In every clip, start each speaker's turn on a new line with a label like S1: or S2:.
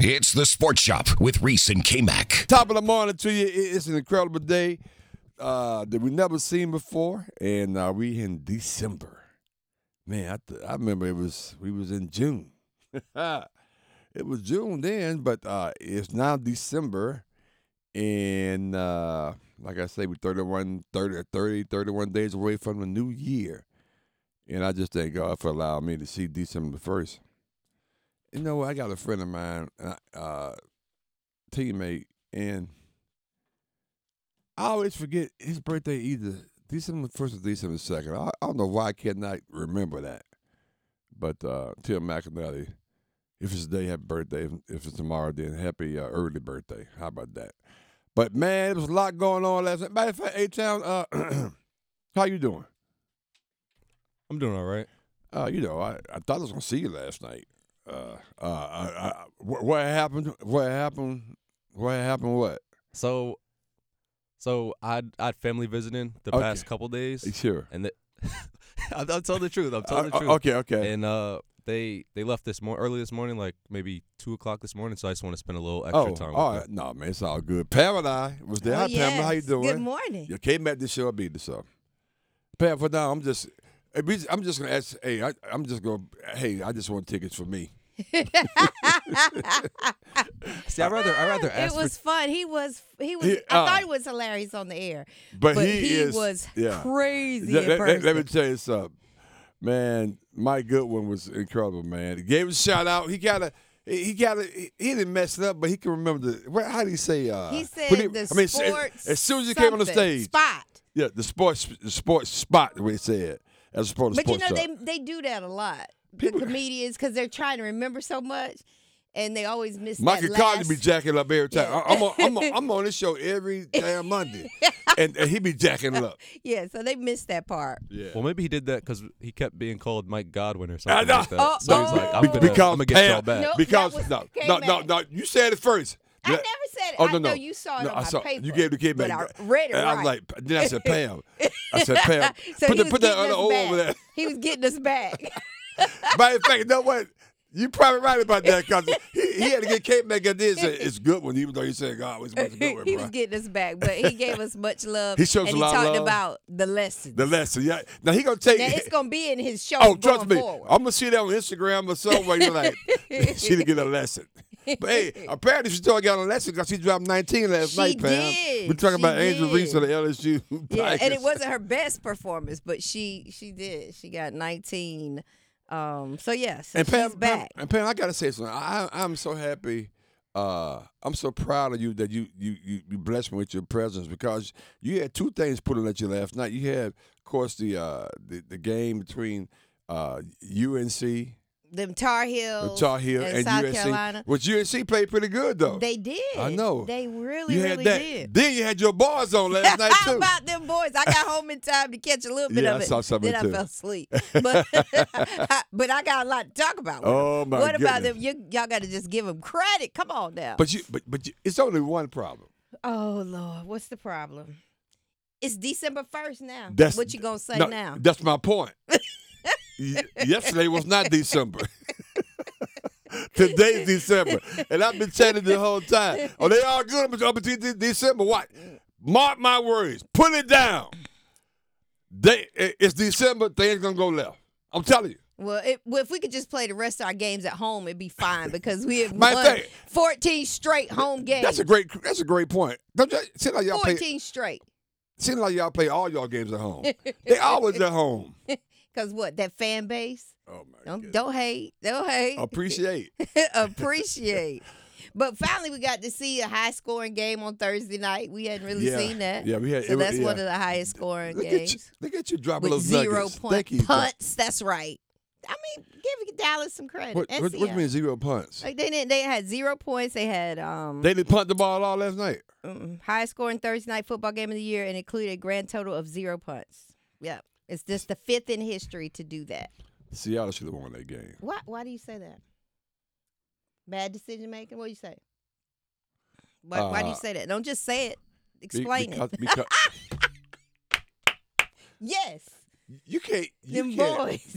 S1: It's the Sports Shop with Reese and K-Mac.
S2: Top of the morning to you. It- It's an incredible day uh, that we never seen before, and uh, we in December. Man, I, th- I remember it was we was in June. it was June then, but uh, it's now December, and uh, like I say, we're 31, 30, 30, 31 days away from the new year, and I just thank God for allowing me to see December the first. You know, I got a friend of mine, uh, uh, teammate, and I always forget his birthday either December first or December second. I, I don't know why I cannot remember that. But uh, Tim McInally, if it's today, happy birthday. If, if it's tomorrow, then happy uh, early birthday. How about that? But man, there was a lot going on last night. Matter of fact, A Town, uh, how you doing?
S3: I'm doing all right.
S2: Uh, you know, I, I thought I was gonna see you last night. Uh, uh, I, I, wh- what happened? What happened? What happened? What?
S3: So, so I I family visiting the
S2: Okay.
S3: past couple days,
S2: Sure.
S3: and the, I'm, I'm telling the truth. I'm telling the
S2: Uh,
S3: truth.
S2: okay, okay.
S3: And uh, they they left this more early this morning, like maybe two o'clock this morning. So I just want to spend a little extra time.
S2: Oh, all
S3: with
S2: right. No, man, it's all good. Pam and I was there.
S4: Oh,
S2: Hi, Pam. How you
S4: yes.
S2: doing?
S4: Good morning.
S2: You came back this show. I beat this up. Pam, for now, I'm just. eh, we- I'm just gonna ask. Hey, I, I'm just gonna. Hey, I just want tickets for me.
S3: them. See, I rather I rather ask
S4: it was
S3: for
S4: fun. He was he was
S2: He-
S4: I
S2: uh,
S4: thought he was hilarious on the air.
S2: But,
S4: But
S2: he,
S4: he
S2: is.
S4: was
S2: yeah.
S4: crazy
S2: Let,
S4: in
S2: let- let- let me
S4: person.
S2: tell you something, man. Mike Goodwin was incredible, man. He gave a shout out. He got a. He he got a. He he didn't mess it up, but he can remember the. what- How do you say? Uh,
S4: He said
S2: when he-
S4: the
S2: I mean, as-
S4: sports
S2: as, soon as he came on the
S4: something,
S2: stage,
S4: Spot.
S2: Yeah, the sports the sports spot the way it said. As opposed to
S4: But you
S2: sports
S4: know
S2: shop.
S4: they they do that a lot. the comedians cuz they're trying to remember so much and they always miss
S2: Michael
S4: that
S2: Cosby
S4: last-
S2: be jacking up every time.
S4: Yeah.
S2: I- I'm, on, I'm, on, I'm on this show every damn Monday, and, and he be jacking it up.
S4: Yeah, so they missed that part.
S2: Yeah.
S3: well, maybe he did that because he kept being called Mike Godwin or something
S2: know.
S3: like that.
S4: Uh,
S3: so he was like,
S4: uh,
S3: I'm gonna,
S2: because
S3: I'm gonna get y'all
S2: Pam-
S3: back.
S4: Nope, that
S2: because
S4: was-
S2: no,
S4: came
S2: no, no,
S4: back.
S2: no, you said it first.
S4: I never said it.
S2: Oh,
S4: I
S2: no, no.
S4: know you saw it
S2: no,
S4: on
S2: I
S4: my
S2: saw,
S4: paper.
S2: You gave the kid
S4: but
S2: back.
S4: I read it
S2: and
S4: right.
S2: I'm like, then I said, Pam. I said, Pam,
S4: so
S2: put,
S4: he
S2: the,
S4: was
S2: put that other
S4: getting us
S2: O
S4: back.
S2: over there.
S4: He was getting us back.
S2: Matter of fact, you know what? You probably right about that because he, he had to get Kate back at this. It's good one, even though you said God was a good one,
S4: he
S2: bro.
S4: was getting us back, but he gave us much love.
S2: He shows
S4: and
S2: a
S4: he
S2: lot of
S4: talked
S2: love.
S4: about the lessons.
S2: The lesson, yeah. Now he gonna take.
S4: now it's gonna be in his show.
S2: oh, trust
S4: going
S2: me,
S4: Forward.
S2: I'm gonna see that on Instagram or somewhere. You're like, she didn't get a lesson. But hey, apparently she still got a lesson because she dropped 19 last
S4: She
S2: night, Pam.
S4: did.
S2: We're talking
S4: She
S2: about Angel
S4: did.
S2: Reese of the LSU.
S4: yeah, and it
S2: Tigers.
S4: wasn't her best performance, but she she did. She got 19. Um, so yeah, so
S2: And
S4: she's
S2: Pam, Pam-
S4: back.
S2: and Pam, I gotta say something. I, I'm so happy. Uh, I'm so proud of you that you you you, you blessed me with your presence because you had two things put on at you last night. You had, of course, the uh, the, the game between uh, UNC
S4: Them Tar Heels,
S2: the Tar Heel
S4: Oh, and
S2: and,
S4: South
S2: USC.
S4: Carolina.
S2: Which USC played pretty good though.
S4: They did.
S2: I know.
S4: They really,
S2: you had
S4: really
S2: that.
S4: did.
S2: Then you had your bars on last night
S4: How
S2: too.
S4: about them boys? I got home in time to catch a little bit
S2: Yeah,
S4: of
S2: I
S4: it.
S2: saw some of
S4: then
S2: it,
S4: I
S2: too.
S4: fell asleep. But but I got a lot to talk about. with 'em.
S2: Oh, my
S4: What about them?
S2: goodness.
S4: You, y'all got to just give them credit. Come on now.
S2: But you, but but you, it's only one problem.
S4: oh Lord, what's the problem? It's December first now.
S2: That's
S4: what you gonna say
S2: no,
S4: now?
S2: That's my point. Y- Yesterday was not December. Today's December, and I've been telling the whole time. Oh, they all good up until De- December. What? Mark my words. Put it down. They, i- it's December. Things gonna go left. I'm telling you.
S4: Well, it, well, if we could just play the rest of our games at home, it'd be fine because we have
S2: My
S4: won
S2: thing-
S4: 14 straight home games.
S2: That's a great. That's a great point. Don't you, seem like y'all
S4: 14
S2: play.
S4: straight.
S2: Seems like y'all play all y'all games at home. they always at home.
S4: Cause what? That fan base.
S2: Oh my
S4: Don't,
S2: goodness.
S4: don't hate. Don't hate.
S2: Appreciate.
S4: appreciate. But finally, we got to see a high scoring game on Thursday night. We hadn't really
S2: Yeah.
S4: seen that.
S2: Yeah, we had-
S4: So
S2: it was-
S4: that's one
S2: yeah.
S4: of the highest scoring
S2: Look at, you,
S4: games
S2: look at you dropping
S4: with
S2: those
S4: zero
S2: nuggets.
S4: point
S2: Thank you.
S4: punts. That's right. I mean, give Dallas some credit.
S2: What, what, what
S4: NCO.
S2: means zero punts?
S4: E Like they didn't. They had zero points. They had um
S2: They didn't punt the ball at all last night.
S4: mm, highest scoring Thursday night football game of the year and included a grand total of zero punts. Yep. It's just the fifth in history to do that.
S2: Seattle should have won that game.
S4: Why? Why do you say that? Bad decision making. What do you say? Why, why do you
S2: Uh,
S4: say that? Don't just say it.
S2: Be-
S4: Explain
S2: because-
S4: it.
S2: because-
S4: yes,
S2: you can't. You
S4: them
S2: can't.
S4: boys.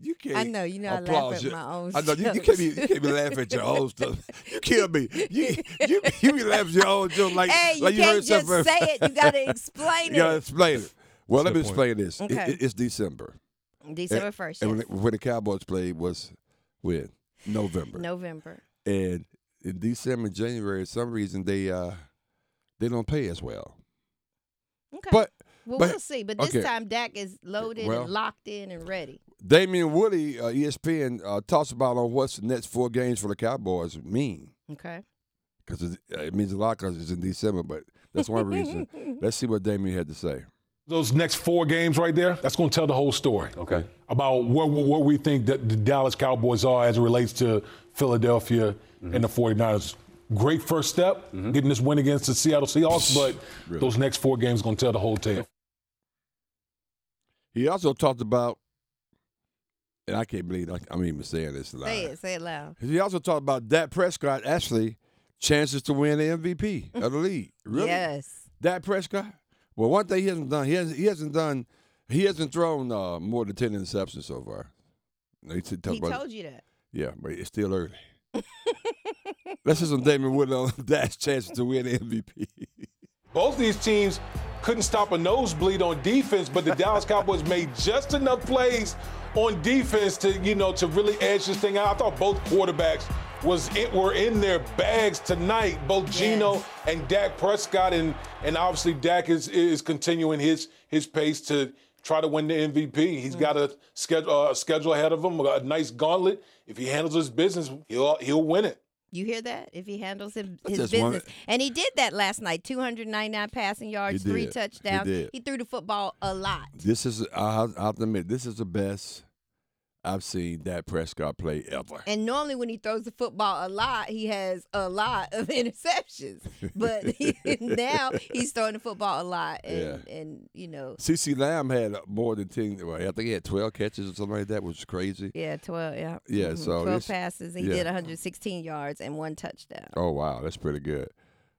S2: you can't.
S4: I know, you know, I
S2: applaud
S4: laugh at
S2: your-
S4: my own
S2: I know you, you can't
S4: jokes.
S2: be you can't be laughing at your own stuff. You kill me. You you you be laughing at your own joke like
S4: hey, you
S2: like
S4: can't
S2: heard
S4: just
S2: something.
S4: say it. You gotta explain
S2: You gotta
S4: it.
S2: explain it. Well, let
S3: That's
S2: me
S3: a good
S2: explain this. It-
S4: Okay.
S2: it- it's December,
S4: December first,
S2: eh, and when, it- when the Cowboys played was when November,
S4: November.
S2: and in December, January, for some reason they uh they don't pay as well.
S4: Okay.
S2: But
S4: well,
S2: but-
S4: we'll see. But this
S2: okay.
S4: time, Dak is loaded
S2: Well-
S4: and locked in and ready.
S2: Damian Woody, uh, ESPN, uh, talks about on what's the next four games for the Cowboys mean
S4: Okay.
S2: because it means a lot because it's in December, but that's one reason. Let's see what Damian had to say.
S5: Those next four games right there, that's going to tell the whole story.
S6: Okay.
S5: About where, where we think that the Dallas Cowboys are as it relates to Philadelphia and the 49ers. Great first step, getting this win against the Seattle Seahawks, but those next four games going to tell the whole tale.
S2: He also talked about, and I can't believe I, I'm even saying this live.
S4: Say it. Say it loud.
S2: He also talked about Dak Prescott actually chances to win the MVP of the league. Really?
S4: Yes.
S2: Dak Prescott. Well, one thing he hasn't done, he hasn't, he hasn't done, he hasn't thrown uh, more than ten interceptions so far. They said- talk
S4: He
S2: about-
S4: told you that.
S2: Yeah, but it's still early. Let's see some Damon Wood on Dak's chances to win the MVP.
S5: Both these teams couldn't stop a nosebleed on defense, but the Dallas Cowboys made just enough plays on defense to, you know, to really edge this thing out. I thought both quarterbacks was it were in their bags tonight, both Geno and Dak Prescott, and and obviously Dak is is continuing his his pace to try to win the MVP. He's got a schedule uh, schedule ahead of him, a nice gauntlet. If he handles his business, he'll he'll win it.
S4: You hear that? If he handles him,
S2: I
S4: his
S2: just
S4: business.
S2: wanted-
S4: And he did that last night 299 passing yards,
S2: He
S4: three
S2: did. He
S4: touchdowns.
S2: did.
S4: threw the football a lot.
S2: this is, I have to admit, this is the best I've seen Dak Prescott play ever.
S4: And normally, when he throws the football a lot, he has a lot of interceptions. But he, now he's throwing the football a lot. And, and you know,
S2: CeCe Lamb had more than 10, well, I think he had 12 catches or something like that, which is crazy.
S4: yeah, 12. Yeah.
S2: Yeah,
S4: Mhm.
S2: so
S4: 12
S2: it's-
S4: passes. He
S2: yeah.
S4: did 116 yards and one touchdown.
S2: Oh, wow, that's pretty good.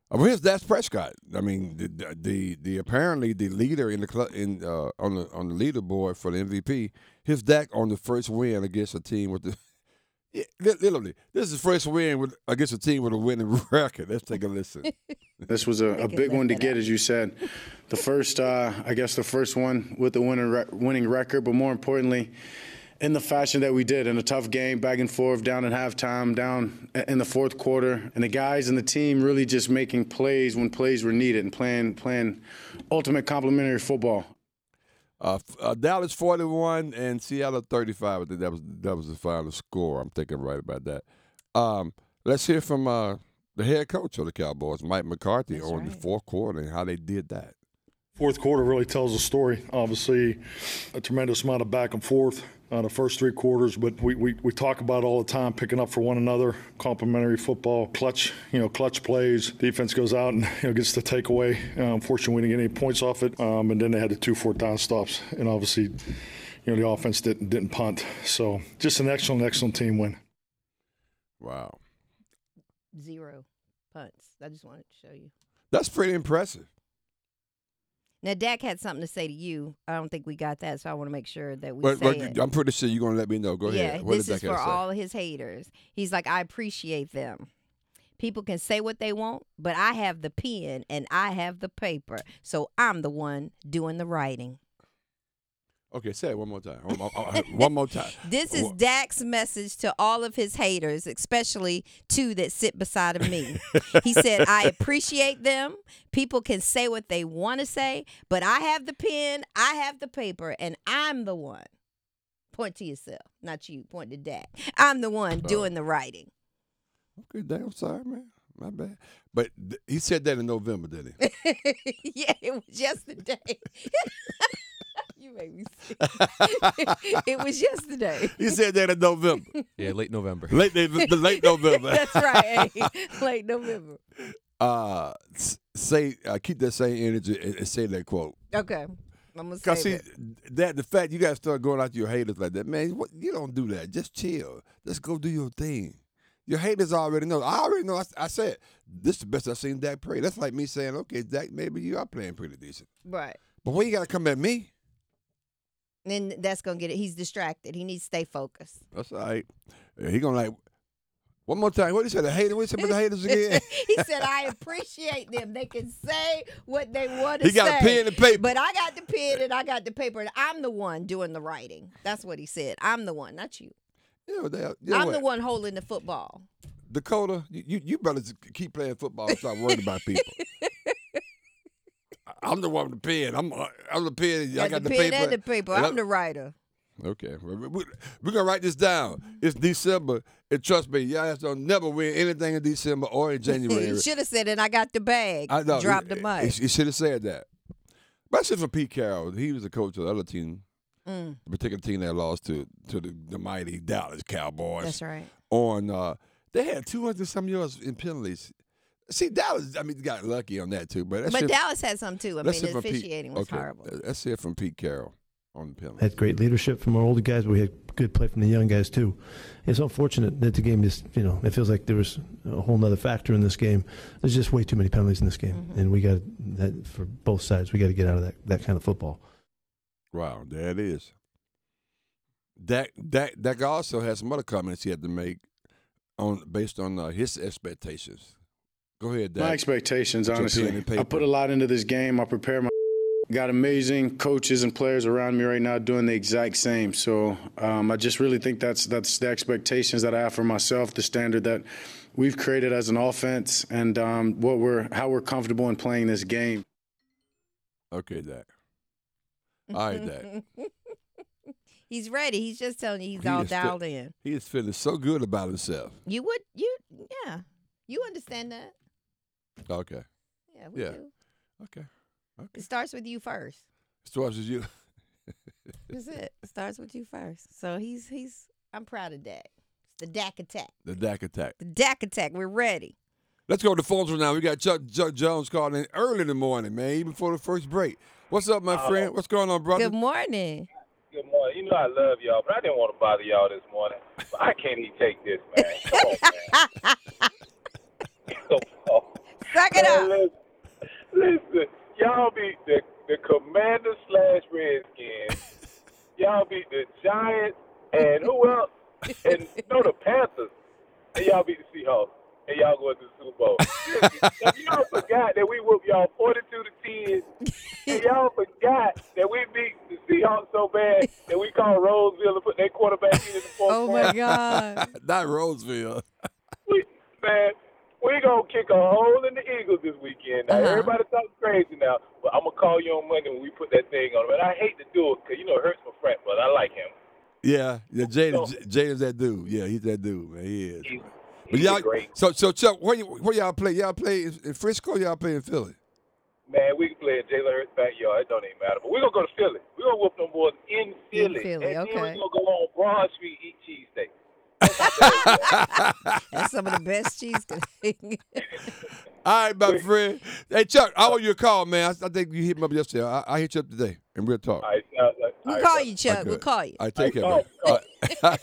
S2: I mean, here's Dak Prescott. I mean, the the, the, the apparently the leader in the club in uh, on the on the leaderboard for the MVP. His Dak on the first win against a team with the yeah, li- literally this is the first win with against a team with a winning record. Let's take a listen.
S7: This was a, a
S4: could
S7: big one to
S4: lift it
S7: get,
S4: up.
S7: as you said. The first, uh, I guess, the first one with the winning, re- winning record, but more importantly, in the fashion that we did in a tough game, back and forth, down at halftime, down i- in the fourth quarter, and the guys and the team really just making plays when plays were needed and playing playing ultimate complementary football.
S2: Uh, f- uh, Dallas forty one and Seattle thirty five. I think that was that was the final score. I'm thinking right about that. Um, let's hear from uh, the head coach of the Cowboys, Mike McCarthy, on the fourth quarter and how they did that.
S8: Fourth quarter really tells a story. Obviously, a tremendous amount of back and forth on the first three quarters, but we, we, we talk about it all the time picking up for one another, complimentary football, clutch, you know, clutch plays. Defense goes out and you know, gets the takeaway. Uh, unfortunately, we didn't get any points off it, um, and then they had the two fourth down stops, and obviously, you know, the offense didn't didn't punt. So just an excellent, excellent team win.
S2: Wow,
S4: Zero punts. I just wanted to show you.
S2: that's pretty impressive.
S4: Now, Dak had something to say to you. I don't think we got that, so I want to make sure that we
S2: But,
S4: say
S2: but
S4: it.
S2: I'm pretty sure you're gonna let me know. Go
S4: yeah,
S2: ahead. What
S4: this
S2: did
S4: is
S2: that guy
S4: for
S2: say?
S4: all his haters. He's like, I appreciate them. People can say what they want, but I have the pen and I have the paper, so I'm the one doing the writing.
S2: Okay, say it one more time. One, more- uh, one more time.
S4: This is
S2: Wha-
S4: Dak's message to all of his haters, especially two that sit beside of me. he said, I appreciate them. People can say what they want to say, but I have the pen, I have the paper, and I'm the one. Point to yourself, not you, point to Dak. I'm the one
S2: Oh.
S4: doing the writing.
S2: okay. Damn, sorry, man. My bad. But th- he said that in November, didn't he?
S4: yeah, it was yesterday. you made me sick. it was yesterday.
S2: he said that in November,
S3: Yeah, late November.
S2: late the late November.
S4: That's right. eh? Late November.
S2: uh s- say uh, keep that same energy and, and say that quote.
S4: Okay. I'm gonna
S2: Cause
S4: save
S2: see
S4: it.
S2: that the fact you guys start going out to your haters like that, man, what, you don't do that. Just chill. Just go do your thing. Your haters already know. I already know. I, s- I said this is the best I've seen Dak play. That's like me saying, okay, Dak, maybe you are playing pretty decent,
S4: Right.
S2: but when you gotta come at me,
S4: Then that's gonna get it. He's distracted. He needs to stay focused.
S2: That's all right. Yeah, He gonna like one more time. What he said? The haters. What he said about the haters again?
S4: he said, "I appreciate them. They can say what they want to
S2: He
S4: say."
S2: got a pen and paper.
S4: But I got the pen and I got the paper, and I'm the one doing the writing. That's what he said. I'm the one, not you.
S2: you know, they, you know
S4: I'm
S2: what?
S4: the one holding the football.
S2: Dakota, you, you- you better s- keep playing football and stop worrying about people. I- I'm the one with the pen. I'm uh, I'm the pen. I got
S4: the
S2: the,
S4: pen
S2: paper.
S4: and the paper.
S2: And
S4: I'm the writer.
S2: Okay, we- we- we- we're gonna write this down. It's December, and trust me, y'all ass don't never win anything in December or in January.
S4: He should have said, "And I got the bag."
S2: I know.
S4: Dropped
S2: he,
S4: the mic.
S2: He, should have said that. But that's it for Pete Carroll. He was the coach of the other team,
S4: Mm.
S2: the particular team that lost to to the, the mighty Dallas Cowboys.
S4: That's right.
S2: On uh, they had two hundred some yards in penalties. See, Dallas, I mean, got lucky on that too. But that's
S4: But
S2: it,
S4: Dallas had some too. I
S2: that's
S4: mean,
S2: it from Pete-
S4: officiating was
S2: okay,
S4: horrible.
S2: That's it from Pete Carroll on the penalties.
S6: had great leadership from our older guys, but we had good play from the young guys too. It's unfortunate that the game just, you know, it feels like there was a whole nother factor in this game. There's just way too many penalties in this game, and we got that for both sides. We got to get out of that that kind of football.
S2: Wow, there it is. That that that guy also had some other comments he had to make on based on uh, his expectations. Go ahead, Dak.
S7: My expectations,
S2: Put your pen
S7: honestly.
S2: and paper.
S7: I put a lot into this game. I prepare my. Got amazing coaches and players around me right now doing the exact same. So um, I just really think that's that's the expectations that I have for myself, the standard that we've created as an offense, and um, what we're how we're comfortable in playing this game.
S2: Okay, Dak. All right, Dak.
S4: He's ready. He's just telling you he's
S2: He
S4: all
S2: is fit-
S4: dialed in.
S2: He is feeling so good about himself.
S4: You would you yeah. You understand that?
S2: Okay,
S4: Yeah, we
S2: Yeah.
S4: do.
S2: okay.
S4: It starts with you first.
S2: So as you,
S4: That's it. It starts with you first. So he's he's I'm proud of Dak. It's the Dak attack.
S2: the Dak attack.
S4: The Dak attack. We're ready.
S2: Let's go to the phones right now. We got Chuck, Chuck Jones calling in early in the morning, man, even before the first break. What's up, my
S9: Uh,
S2: friend? What's going on, brother?
S4: Good morning.
S9: Good morning. You know I love y'all, but I didn't want to bother y'all this morning. But I can't even take this, man. Come on, man. Come on.
S4: Suck it
S9: Man,
S4: up.
S9: listen, listen, y'all beat the the Commander slash Redskins. Y'all beat the Giants and who else? And no, the Panthers. And y'all beat the Seahawks. And y'all going to the Super Bowl. Listen, if y'all forgot that we whooped y'all forty-two to ten. And y'all forgot that we beat the Seahawks so bad that we called Roseville and put their quarterback in the fourth
S4: Oh
S9: quarter.
S4: my God.
S2: Not Roseville.
S9: We, man, we gonna kick a hole in the Eagles this weekend. Now
S4: Uh-huh.
S9: everybody talking crazy now, but I'm gonna call you on Monday when we put that thing on. And I hate to do it because you know it hurts my friend, but I like him.
S2: Yeah, yeah, Jaden, Jaden's that dude. Yeah, he's that dude, man. He is.
S9: He's,
S2: man. But
S9: he's
S2: y'all,
S9: a great
S2: so so Chuck, where, y- where y'all play? Y'all play in in Frisco? or Y'all play in Philly?
S9: man. We can play in Jalen Hurts' backyard. It don't even matter. But we gonna go to Philly. We gonna whoop them boys in Philly,
S4: Philly,
S9: and then
S4: okay.
S9: we gonna go on Broad Street eat cheesesteak.
S4: That's some of the best cheese. cooking.
S2: All right, my friend. Hey Chuck, I owe you a call, man. I, I think you hit me up yesterday. I, I hit you up today, and we'll talk.
S9: All right, sounds like. all
S4: We'll
S9: right,
S4: call
S9: brother.
S4: you, Chuck. We'll
S2: good.
S4: call you.
S2: uh, I take it, man.
S9: All right,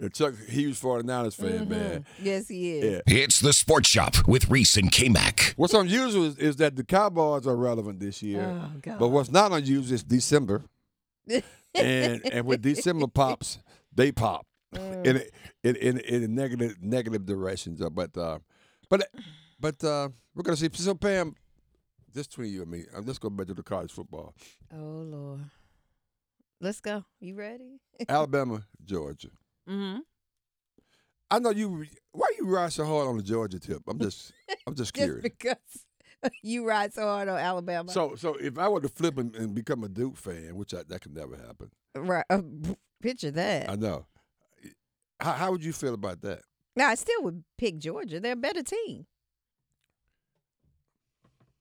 S2: Yeah, Chuck, huge 49ers fan,
S9: Mm-hmm.
S2: man.
S4: Yes, he is.
S2: Yeah.
S1: It's the Sports Shop with Reese and K-Mac.
S2: What's unusual is, is that the Cowboys are relevant this year.
S4: Oh, God.
S2: But what's not unusual is December. and and when December pops, they pop
S4: Mm.
S2: in, a- in in in a negative negative directions. Uh, But uh, but but uh, we're gonna see. So Pam, just between you and me, I'm just going back to the college football.
S4: Oh Lord. Let's go. You ready?
S2: Alabama, Georgia.
S4: Mm-hmm.
S2: I know you. Why you ride so hard on the Georgia tip? I'm just I'm just
S4: Just
S2: curious.
S4: because you ride so hard on Alabama.
S2: So so if I were to flip and, and become a Duke fan, which I, that could never happen,
S4: right. uh, b- picture that.
S2: I know. How, how would you feel about that?
S4: Now I still would pick Georgia. They're a better team.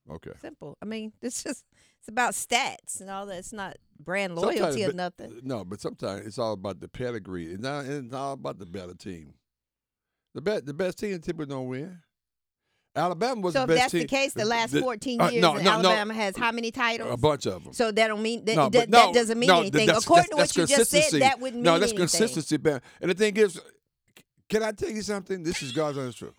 S2: Okay.
S4: Simple. I mean, it's just it's about stats and all that. It's not brand loyalty
S2: Sometimes,
S4: or
S2: but-
S4: nothing.
S2: No, but sometimes it's all about the pedigree. It's not, it's all about the better team. The best, the best team typically don't win. Alabama was
S4: So
S2: the best
S4: if that's the
S2: team-
S4: case, the last 14
S2: uh,
S4: years,
S2: no, no, no.
S4: Alabama has how many titles?
S2: a bunch of them.
S4: So that don't mean that,
S2: no,
S4: that,
S2: but no,
S4: that doesn't mean
S2: no, th-
S4: anything.
S2: that's-
S4: According
S2: that's-
S4: to what you
S2: that's
S4: just said,
S2: consistency.
S4: that wouldn't mean
S2: No, that's
S4: anything.
S2: consistency, man. And the thing is, can I tell you something? This is God's honest truth.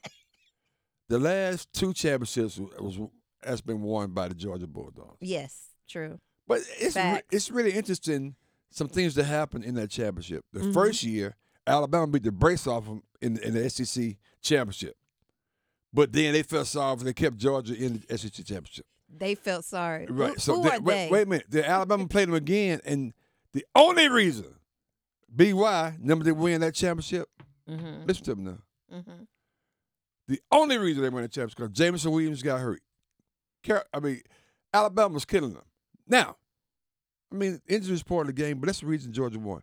S2: The last two championships was, was has been won by the Georgia Bulldogs.
S4: Yes, true.
S2: But it's re-
S4: Facts.
S2: it's really interesting some things that happened in that championship.
S4: Mm-hmm.
S2: The first year, Alabama beat the brace off them in, in the SEC championship. But then they fell soft and they kept Georgia in the SEC championship.
S4: They felt sorry. Who-
S2: Right. so
S4: who
S2: they-
S4: are
S2: wait,
S4: they?
S2: wait a minute. The Alabama played them again, and the only reason BY number they win that championship.
S4: Mm-hmm.
S2: Listen to me now. The only reason they win the championship because Jameson Williams got hurt. Car- I mean, Alabama's killing them. Now, I mean, injuries part of the game, but that's the reason Georgia won.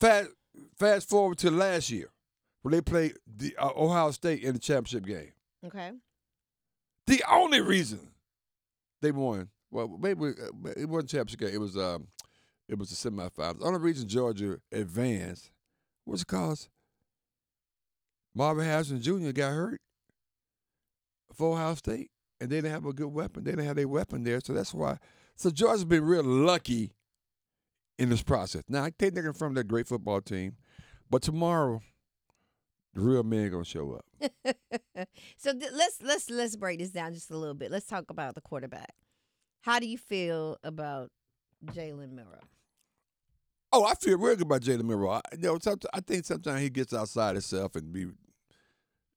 S2: Fast, fast forward to last year when they played the uh, Ohio State in the championship game.
S4: Okay.
S2: The only reason they won, well, maybe uh, it wasn't championship game. It was um, it was the semifinals. The only reason Georgia advanced was because Marvin Harrison Jr. got hurt for Ohio State, and they didn't have a good weapon. They didn't have their weapon there, so that's why. So Georgia's been real lucky in this process. Now I think they can from that great football team, but tomorrow the real men gonna show up.
S4: So th- let's let's let's break this down just a little bit. Let's talk about the quarterback. How do you feel about Jalen Miller?
S2: Oh, I feel real good about Jalen Milrow. I, you know, somet I think sometimes he gets outside himself and be, you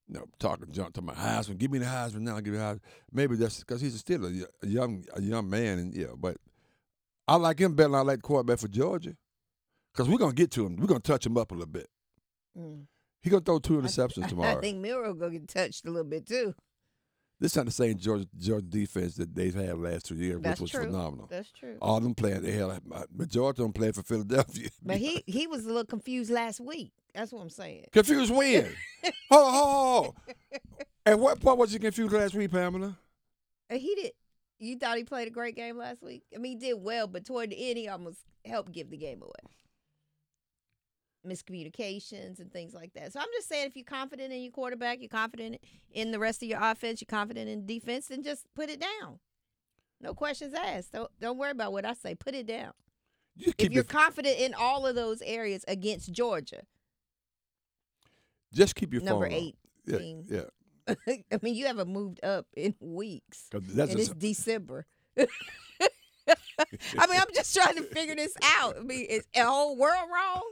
S2: know, talking junk to my Heisman. Give me the Heisman now. Give me the Heisman. Maybe that's because he's still a, y- a young a young man, and yeah. But I like him better than I like the quarterback for Georgia, because we're gonna get to him. We're gonna touch him up a little bit. He gonna throw two interceptions tomorrow.
S4: Mm, I think Miller gonna get touched a little bit too.
S2: this not the same Georgia Georgia defense that they've had last two years,
S4: That's
S2: which was
S4: true.
S2: phenomenal. Oh,
S4: That's true.
S2: All them playing, they had a majority of them playing for Philadelphia.
S4: But he he was a little confused last week. That's what I'm saying.
S2: Confused when? hold on, hold on, hold on. At what point was you confused last week, Pamela?
S4: And Uh, he did. You thought he played a great game last week? I mean, he did well, but toward the end, he almost helped give the game away. Miscommunications and things like that. So I'm just saying, if you're confident in your quarterback, you're confident in the rest of your offense, you're confident in defense, then just put it down. No questions asked. Don't don't worry about what I say. Put it down.
S2: You
S4: If
S2: keep your,
S4: you're confident in all of those areas against Georgia,
S2: just keep your
S4: number
S2: phone on.
S4: eight
S2: Yeah,
S4: team.
S2: yeah.
S4: I mean, you haven't moved up in weeks.
S2: 'Cause that's
S4: and
S2: just-
S4: it's December. I mean, I'm just trying to figure this out. I mean, is the whole world wrong?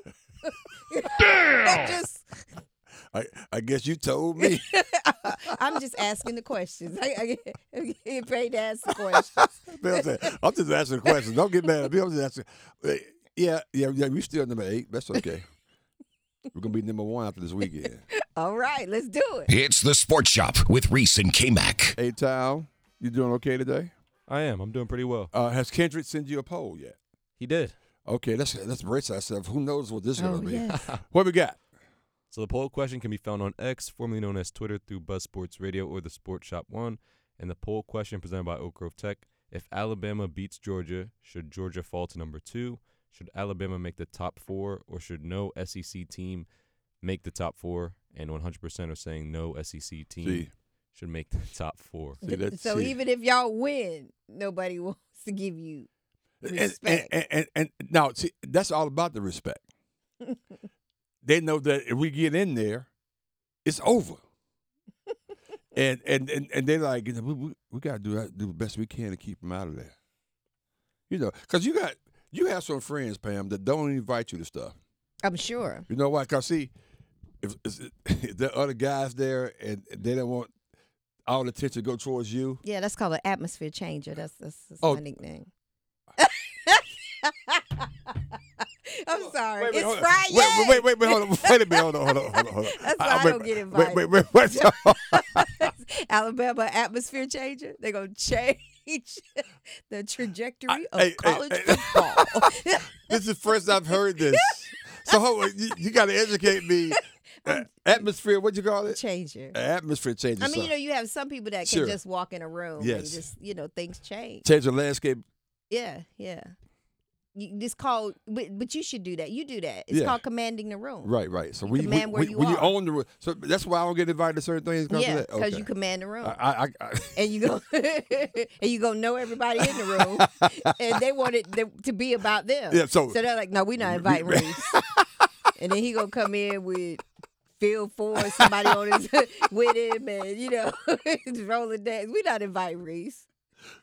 S4: I'm just,
S2: I, I guess you told me.
S4: I'm just asking the questions. I, I, get- I get paid to ask the questions.
S2: Pamela said, I'm just asking questions. Don't get mad at me. I'm just asking. Uh, Yeah, yeah, yeah. We still number eight. That's okay. We're gonna be number one after this weekend.
S4: All right, let's do it.
S1: It's the Sports Shop with Reese and K Mac.
S2: Hey, Tal, you doing okay today?
S3: I am. I'm doing pretty well.
S2: Uh, has Kendrick sent you a poll yet?
S3: He did.
S2: Okay, let's let's brace ourselves. Who knows what this is
S4: Oh,
S2: gonna be?
S4: yes.
S2: What we got?
S3: So the poll question can be found on X, formerly known as Twitter, through Buzz Sports Radio or the Sports Shop One. And the poll question presented by Oak Grove Tech: If Alabama beats Georgia, should Georgia fall to number two? Should Alabama make the top four, or should no SEC team make the top four? And 100% are saying no SEC team
S2: See.
S3: should make the top four.
S2: See, let's
S4: So
S2: see.
S4: even if y'all win, nobody wants to give you
S2: and, and,
S4: respect.
S2: and, and, and- now see, that's all about the respect. they know that if we get in there, it's over. and, and and and they're like, you know, we, we, we got to do that- do the best we can to keep them out of there. You know, because you got you have some friends, Pam, that don't invite you to stuff.
S4: I'm sure.
S2: You know why? Cause see, if, if there are other guys there and they don't want all the attention to go towards you,
S4: Yeah, that's called an atmosphere changer. That's that's, that's
S2: Oh.
S4: my nickname. I'm sorry.
S2: Wait, wait,
S4: it's
S2: hold on.
S4: Friday.
S2: Wait, wait, wait, wait, hold on, wait a minute, hold on, hold on, hold on, hold on.
S4: That's why I
S2: wait,
S4: don't get
S2: Wait, wait, wait, wait.
S4: Alabama atmosphere changer. They're gonna change the trajectory of
S2: hey, hey,
S4: college
S2: hey.
S4: football.
S2: this is the first I've heard this. So hold on, you, you got to educate me. Uh, atmosphere, what you call it?
S4: changer.
S2: Atmosphere changes.
S4: I mean,
S2: something.
S4: you know, you have some people that can
S2: Sure.
S4: just walk in a room and
S2: Yes.
S4: just you know things change.
S2: change the landscape.
S4: Yeah, yeah. You, it's called, but, but you should do that. You do that. It's
S2: Yeah.
S4: called commanding the room.
S2: Right, right. So
S4: You
S2: when,
S4: command where
S2: when,
S4: you
S2: when you
S4: are.
S2: own the room, so that's why I don't get invited to certain things. because
S4: Yeah,
S2: of that?
S4: because you command the room.
S2: I, I, I,
S4: and you go and you gonna know everybody in the room, and they want it th- to be about them.
S2: Yeah, so-
S4: they're like, no, we not inviting Reese. and then he gonna come in with Phil Ford, somebody on his with him, and you know, it's rolling dance. We not inviting Reese.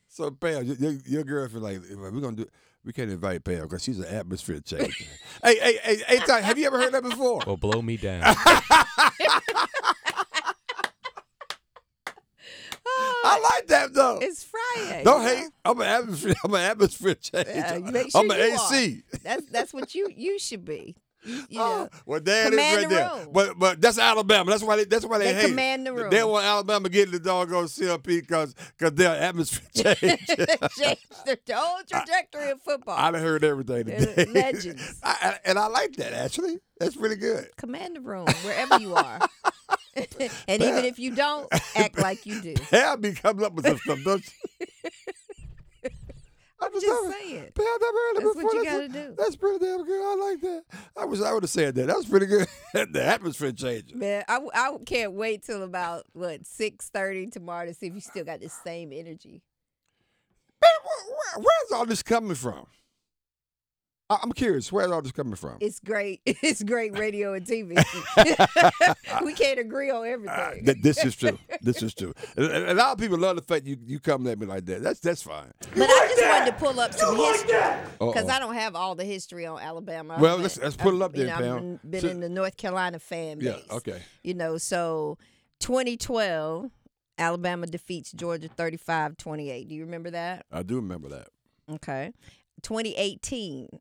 S2: so Pam, your, your, your girlfriend like, we're gonna do. We can't invite Pam because she's an atmosphere changer. hey, hey, hey, hey, Ty, have you ever heard that before?
S4: Oh.
S3: Well, blow me down.
S2: I like that though.
S4: Ah, It's Friday.
S2: Don't
S4: you know?
S2: hate. I'm an atmosphere. I'm an atmosphere changer.
S4: Yeah, you make
S2: I'm
S4: sure
S2: an
S4: you are.
S2: AC.
S4: That's that's what you you should be. You, you
S2: Oh,
S4: know.
S2: well, there it is
S4: Command
S2: right
S4: the
S2: there.
S4: room.
S2: But but that's Alabama. That's why they, that's why they,
S4: They
S2: hate.
S4: command the
S2: it.
S4: room.
S2: They want Alabama getting the doggone CLP because because they're atmosphere change.
S4: Change the whole trajectory of football.
S2: I done heard everything
S4: They're
S2: today.
S4: legends.
S2: I, I- and I like that actually. That's really good.
S4: Command the room wherever you are, and even if you don't, act like you do.
S2: Pam be coming up with some stuff, don't you? I'm
S4: Just say it.
S2: Pam, that really
S4: That's what
S2: before,
S4: you
S2: that's
S4: gotta do.
S2: That's pretty damn good. I like that. I wish I would have said that. That was pretty good. the atmosphere changer.
S4: Man, I, I can't wait till about what six thirty tomorrow to see if you still got the same energy.
S2: Man, where, where, where's all this coming from? I, I'm curious. Where's all this coming from?
S4: It's great. It's great radio and TV. we can't agree on everything.
S2: Uh, Th- this is true. This is true. And- and A lot of people love the fact you, you come at me like that. That's that's fine.
S4: But I just wanted to pull up some history because
S2: Uh-oh.
S4: I don't have all the history on Alabama. I've
S2: Well,
S4: been-
S2: let's- let's put it
S4: I've-
S2: up
S4: you
S2: then,
S4: know, I've
S2: Pam.
S4: been- Been
S2: So-
S4: in the North Carolina fan
S2: Yeah,
S4: base.
S2: okay.
S4: You know, so 2012, Alabama defeats Georgia 35-28. Do you remember that?
S2: I do remember that.
S4: Okay. 2018,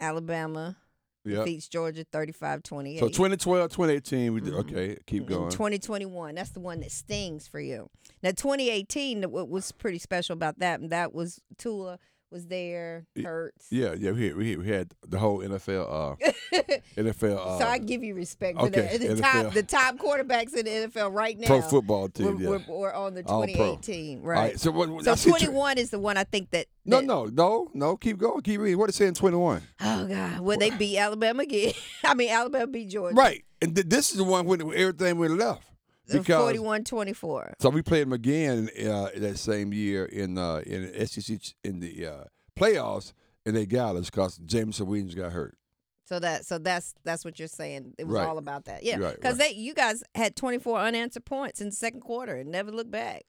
S4: Alabama
S2: Yeah.
S4: defeats Georgia 35-28.
S2: So 2012, 2018, we did,
S4: Mm-hmm.
S2: okay, keep
S4: in
S2: going.
S4: 2021. That's the one that stings for you. Now, 2018, th- what was pretty special about that, and that was Tula was there, Hurts.
S2: yeah, yeah, we had, we had, we had the whole NFL, uh, NFL, uh,
S4: so I give you respect for
S2: okay,
S4: that. The
S2: NFL.
S4: top, the top quarterbacks in the NFL right now.
S2: pro football team.
S4: We're,
S2: yeah.
S4: we're, we're on the
S2: All pro.
S4: 2018,
S2: All
S4: right?
S2: right, so what? what-
S4: So
S2: I see tw-
S4: 21 is the one I think that.
S2: No,
S4: that-
S2: no, no, no. Keep going. Keep reading. What it saying? Twenty one.
S4: Oh God, well they beat Alabama again. I mean Alabama beat Georgia.
S2: Right, and th- this is the one when everything went left because
S4: 41-24.
S2: So we played them again uh, that same year in uh, in the SEC ch- in the uh, playoffs, and they got us because Jameson Williams got hurt.
S4: So that so that's that's what you're saying. It was
S2: Right.
S4: all about that. Yeah.
S2: Right,
S4: Because they you guys had 24 unanswered points in the second quarter and never looked back.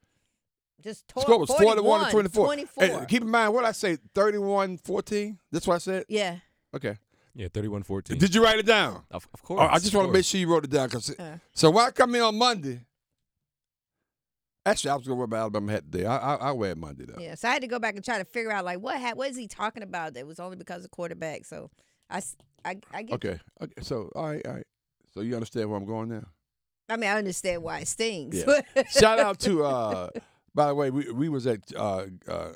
S4: Just tore,
S2: Score was 41,
S4: 41
S2: to 24.
S4: 24.
S2: Hey, keep in mind what I say 31-14. That's what I said.
S4: yeah.
S2: Okay.
S3: Yeah, 31 14.
S2: Did you write it down?
S3: Of, of
S2: Oh,
S3: course.
S2: I just
S3: of
S2: want to
S3: course.
S2: make sure you wrote it down. Cause,
S4: Uh.
S2: So when I come in on Monday, actually I was going to wear my Alabama hat today. I, I, I wear it Monday though.
S4: Yeah. So I had to go back and try to figure out like what ha- what is he talking about? That was only because of quarterback. So I s- I, I get
S2: Okay. okay. So all right, all right. So you understand where I'm going now?
S4: I mean I understand why it stings.
S2: Yeah. Shout out to uh by the way, we we was at uh uh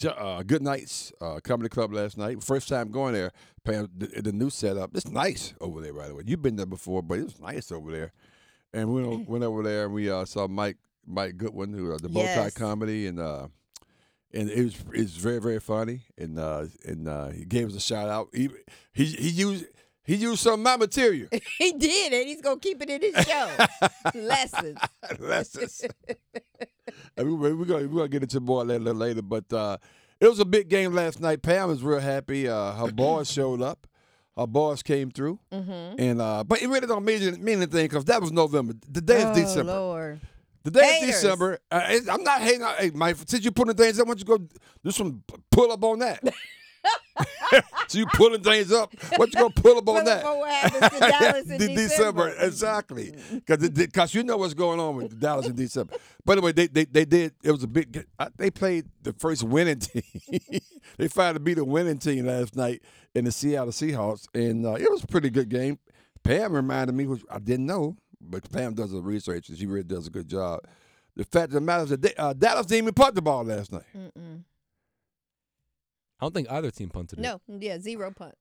S2: Ju- uh, good nights uh, comedy club last night. First time going there. Pam, the, the new setup. It's nice over there, by the way. You've been there before, but it's nice over there. And we went, o- went over there and we uh, saw Mike Mike Goodwin, who uh, the bow tie
S4: Yes.
S2: comedy, and uh, and it was it's very very funny. And uh, and uh, he gave us a shout out. He he, he used he used some of my material.
S4: he did and he's gonna keep it in his show. Lessons.
S2: Lessons. And we, we're gonna we're gonna get into more of that a little later, but uh, it was a big game last night. Pam is real happy. Uh, her boys showed up. Her boys came through, and uh, but it really don't mean, mean anything because that was November. The day
S4: oh,
S2: is December.
S4: Lord.
S2: The day is
S4: Haters.
S2: December. Uh, it- I'm not hating. on- Hey, Mike, since you putting things up, why don't you go do some p- pull up on that? so you pulling things up. Why don't you go pull up on
S4: Remember
S2: that?
S4: what happens to Dallas in
S2: De-
S4: December. Mm.
S2: exactly, because because you know what's going on with Dallas in December. By the way, they they, they did. It was a big. g- I- They played the first winning team. they finally beat a winning team last night in the Seattle Seahawks, and uh, it was a pretty good game. Pam reminded me, which I didn't know, but Pam does her research and she really does a good job. The fact of the matter is that they, uh, Dallas didn't even punt the ball last night.
S3: I don't think either team punted it.
S4: No, yeah, zero punts.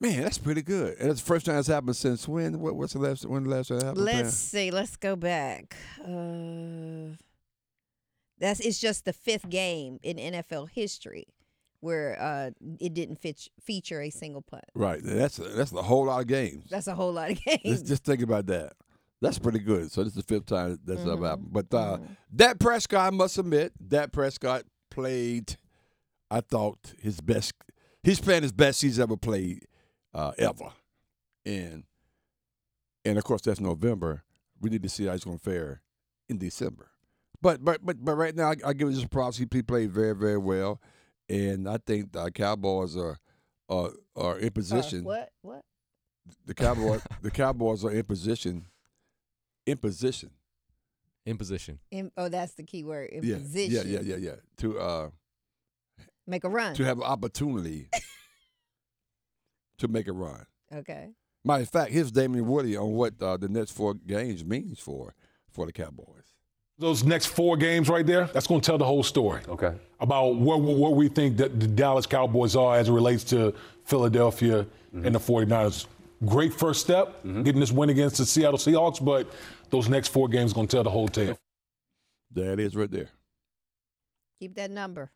S2: Man, that's pretty good. And it's the first time it's happened since when? What, what's the last? When the last time it happened? Pam?
S4: Let's see. Let's go back. Uh, that's it's just the fifth game in NFL history where uh, it didn't fit, feature a single punt.
S2: Right. That's that's a whole lot of games.
S4: That's a whole lot of
S2: Let's
S4: games.
S2: just think about that. That's pretty good. So this is the fifth time that's
S4: Mm-hmm.
S2: ever happened. But uh, that Prescott, I must admit, that Prescott played. I thought his best. He's playing his best he's ever played uh, ever, and and of course that's November. We need to see how he's going to fare in December. But but but but right now, I, I give him his props. He, he played very very well, and I think the Cowboys are are, are in
S4: Uh,
S2: position.
S4: what? What?
S2: The Cowboys the Cowboys are in position in position.
S3: in position.
S4: In, oh, that's the key word. In
S2: yeah,
S4: position.
S2: yeah, yeah, yeah, yeah. To uh
S4: Make a run.
S2: to have an opportunity to make a run.
S4: Okay.
S2: Matter of fact, here's Damian Woody on what uh, the next four games means for for the Cowboys.
S5: Those next four games right there, that's going to tell the whole story.
S10: Okay.
S5: About where, where we think that the Dallas Cowboys are as it relates to Philadelphia and the 49ers. Great first step, getting this win against the Seattle Seahawks, but those next four games going to tell the whole tale.
S2: There it is right there.
S4: Keep that number.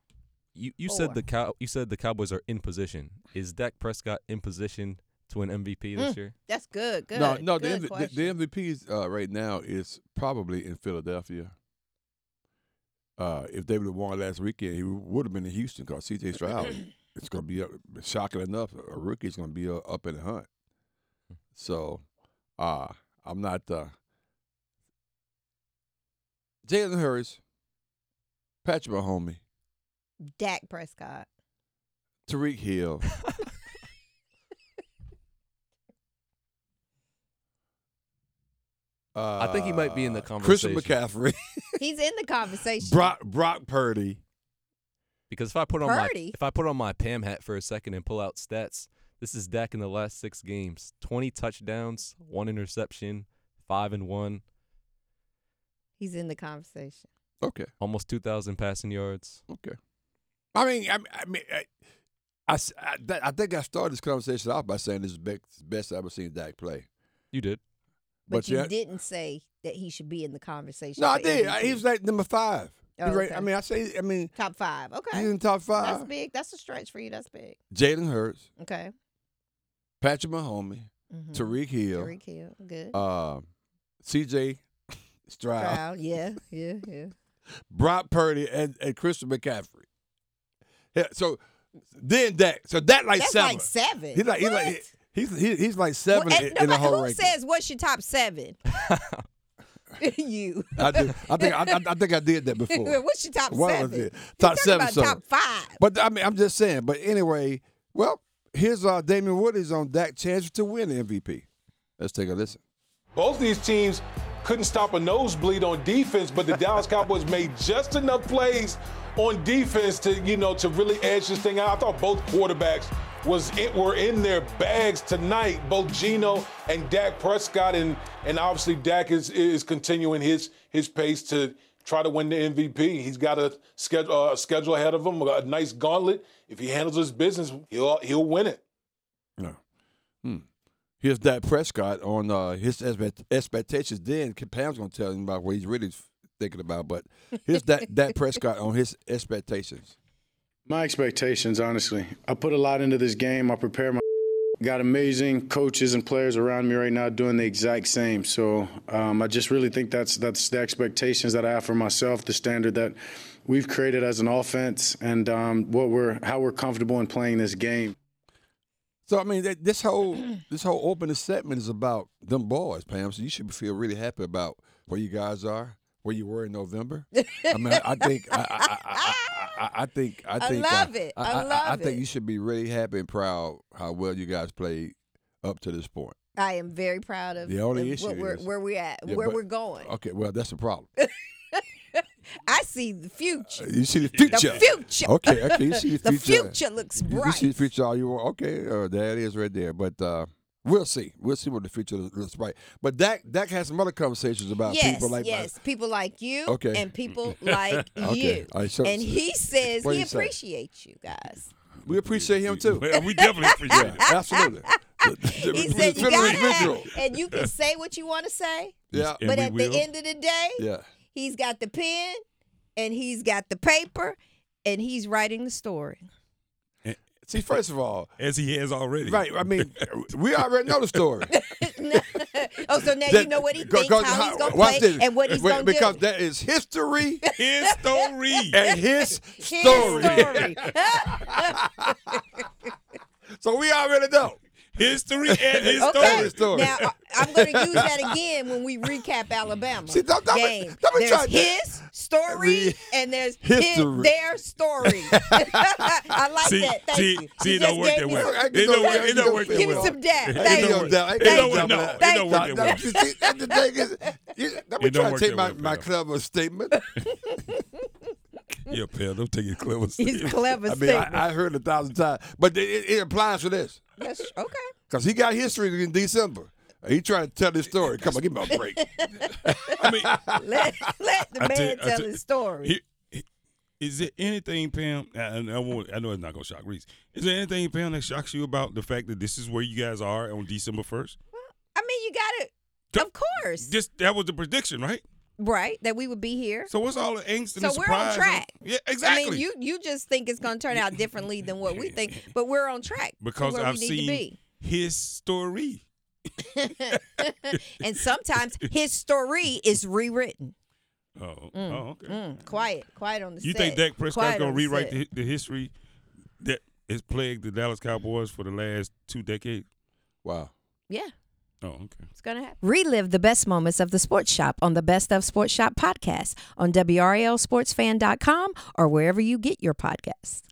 S3: You you said
S4: Four.
S3: the cow you said the Cowboys are in position. Is Dak Prescott in position to an MVP
S4: Mm.
S3: this year?
S4: That's good. Good.
S2: no, no,
S4: good
S2: the, M-
S4: question.
S2: the, the MVP uh, right now is probably in Philadelphia. Uh, if they would have won last weekend, he would have been in Houston because CJ Stroud it's going to be up, shocking enough. A rookie's going to be uh, up in the hunt. So, uh, I'm not. Uh, Jalen Hurts, Patrick Mahomes,
S4: Dak Prescott.
S2: Tariq Hill.
S3: I think he might be in the
S2: Uh, Christian
S3: conversation.
S2: McCaffrey,
S4: He's in the conversation.
S2: Brock, Brock Purdy.
S3: Because if I put on my
S4: Purdy?
S3: if I put on my Pam hat for a second and pull out stats, this is Dak in the last six games: twenty touchdowns, one interception, five and one,
S4: He's in the conversation.
S2: Okay,
S3: almost two thousand passing yards.
S2: okay. I mean, I, I mean, I, I, s- I- that- I think I started this conversation off by saying this is best, best I ever seen Dak play.
S3: You did.
S4: But,
S2: But
S4: you
S2: yet-
S4: didn't say that he should be in the conversation.
S2: No, I
S4: for
S2: did.
S4: MVP.
S2: I, he was like number five. He
S4: Oh,
S2: right- I
S4: okay.
S2: mean, I say, I mean,
S4: top five.
S2: he's in
S4: Okay.
S2: the top
S4: That's
S2: five.
S4: big. That's a stretch for you. That's big.
S2: Jalen Hurts,
S4: Okay.
S2: Patrick Mahomes,
S4: Mhm.
S2: Tariq Hill,
S4: Tyreek Hill. Good.
S2: uh, C.J. Stroud.
S4: Brown. Yeah. Yeah. Yeah.
S2: Brock Purdy and, and Christian McCaffrey. Yeah, so then that so that like
S4: That's
S2: seven.
S4: like seven.
S2: He's like he's
S4: What?
S2: like he's he, he's like seven
S4: Well,
S2: in,
S4: and
S2: in the
S4: nobody-
S2: whole
S4: who
S2: ranking.
S4: says what's your top seven? you.
S2: I, did, I think I, I- I think I did that before.
S4: what's your top
S2: One was
S4: seven?
S2: it.
S4: You're
S2: Top
S4: talking
S2: seven,
S4: About
S2: so.
S4: Top five.
S2: But I mean I'm just saying. But anyway, well here's uh Damian Woody's on Dak chance to win MVP. Let's take a listen.
S5: Both these teams couldn't stop a nosebleed on defense, but the Dallas Cowboys made just enough plays on defense to, you know, to really edge this thing out. I thought both quarterbacks was it were in their bags tonight, both Geno and Dak Prescott, and and obviously Dak is is continuing his his pace to try to win the MVP. He's got a schedule uh, schedule ahead of him, a nice gauntlet. If he handles his business, he'll he'll win it.
S2: No. Hmm. Here's Dak Prescott on uh, his expect- expectations. Then Pam's gonna tell him about what he's really thinking about. But here's Dak, Dak Prescott on his expectations.
S7: My expectations, honestly. I put a lot into this game. I prepare my got amazing coaches and players around me right now doing the exact same. So um, I just really think that's that's the expectations that I have for myself, the standard that we've created as an offense, and um, what we're how we're comfortable in playing this game.
S2: So I mean, that, this whole this whole opening segment is about them boys, Pam. So you should feel really happy about where you guys are, where you were in November. I mean, I, I think I, I, I, I, I, I think I
S4: I
S2: think uh,
S4: love it. I
S2: I
S4: love
S2: think
S4: it.
S2: you should be really happy and proud how well you guys played up to this point.
S4: I am very proud of
S2: The only
S4: of
S2: issue
S4: what we're,
S2: is-
S4: where we're at,
S2: Yeah,
S4: where
S2: but-
S4: we're going.
S2: Okay, well that's the problem.
S4: I see the future.
S2: You see the future.
S4: The future.
S2: Okay, okay, you see the
S4: The
S2: Oh, future.
S4: future looks
S2: You see the
S4: bright.
S2: future all you want. Okay, uh, there it is right there. But uh, we'll see. We'll see what the future lo- looks like. But Dak, Dak has some other conversations about
S4: Yes,
S2: uh, people like my-
S4: yes, people like you
S2: Okay.
S4: and people like
S2: Okay,
S4: you.
S2: all right, so-
S4: and he says
S2: what
S4: he
S2: he say?
S4: appreciates you guys.
S2: We appreciate him too.
S10: Well, we definitely appreciate
S2: yeah,
S10: it.
S2: absolutely. The- the-
S4: He
S2: the-
S4: said
S2: the
S4: you gotta
S2: individual.
S4: have, and you can say what you want to say,
S2: Yeah,
S10: And
S4: but
S10: we
S4: at
S10: will.
S4: the end of the day,
S2: yeah.
S4: he's got the pen and he's got the paper and he's writing the story.
S2: See, first of all,
S10: As he has already.
S2: right? I mean, we already know the story.
S4: Oh, so now you know what he
S2: Go-
S4: thinks,
S2: go-
S4: how, he's gonna
S2: watch
S4: play,
S2: this.
S4: and what he's
S2: Wait,
S4: gonna
S2: because
S4: do.
S2: that is history
S10: His story.
S2: and his
S4: His
S2: story.
S4: story.
S2: So we already know.
S10: History and his
S4: okay.
S10: story.
S2: story.
S4: Now uh, I- I'm going to use that again when we recap Alabama
S2: See, don't- don't be-
S4: game.
S2: don't be
S4: There's
S2: trying to-
S4: his story and there's
S2: History.
S4: his, their story. I like
S7: See,
S4: that. Thank
S7: see,
S4: you.
S7: see,
S4: You
S7: it don't
S4: just
S7: work
S4: gave
S7: that
S4: me
S7: way.
S4: some-
S2: I can
S7: It don't
S2: go-
S7: work.
S2: I
S7: It
S2: can
S7: don't
S2: go
S7: work
S2: feel
S7: that
S4: Give me
S7: way.
S4: some dab.
S7: It
S4: Thank
S7: don't
S4: you.
S7: work.
S2: that-
S7: It
S2: Thank
S7: don't
S2: you.
S7: work. No, it
S4: Thank
S7: don't
S4: you.
S7: work
S2: No,
S7: that way.
S2: you see, that's the thing is, you- let me
S7: It don't
S2: try to
S7: work
S2: take
S7: that
S2: my,
S7: way,
S2: my
S7: Phil.
S2: clever statement.
S7: Yeah, pal, don't take it clever.
S4: He's clever.
S2: I mean,
S4: statement.
S2: I, I heard a thousand times, but it, it- it applies to this
S4: That's- okay.
S2: because he got history in December. He trying to tell his story. Come on, give me a break.
S7: I mean,
S4: Let, let the
S7: I
S4: man
S7: did- I
S4: tell
S7: did-
S4: his story.
S7: He- he- Is there anything, Pam? And I, won't, I know it's not gonna shock Reese. Is there anything, Pam, that shocks you about the fact that this is where you guys are on December first?
S4: I mean, you got
S7: Ju-
S4: to, of course,
S7: Just that was the prediction, right?
S4: right? That we would be here.
S7: So what's all the angst and
S4: So
S7: the
S4: we're on
S7: surprise?
S4: track.
S7: Yeah, exactly.
S4: I mean, you you just think it's going to turn out differently than what we think, but we're on track to
S7: because
S4: where
S7: I've
S4: we need
S7: seen his story.
S4: to be. and sometimes his story is rewritten.
S7: Oh, oh, okay.
S4: Mm, quiet, quiet on the
S7: You
S4: set.
S7: think Dak Prescott's
S4: Quiet
S7: gonna
S4: on the
S7: rewrite
S4: set.
S7: the, the history that has plagued the Dallas Cowboys for the last two decades?
S2: Wow.
S4: Yeah.
S7: Oh, okay.
S4: It's gonna happen. Relive the best moments of the Sports Shop on the Best of Sports Shop podcast on WRLSportsFan.com or wherever you get your podcasts.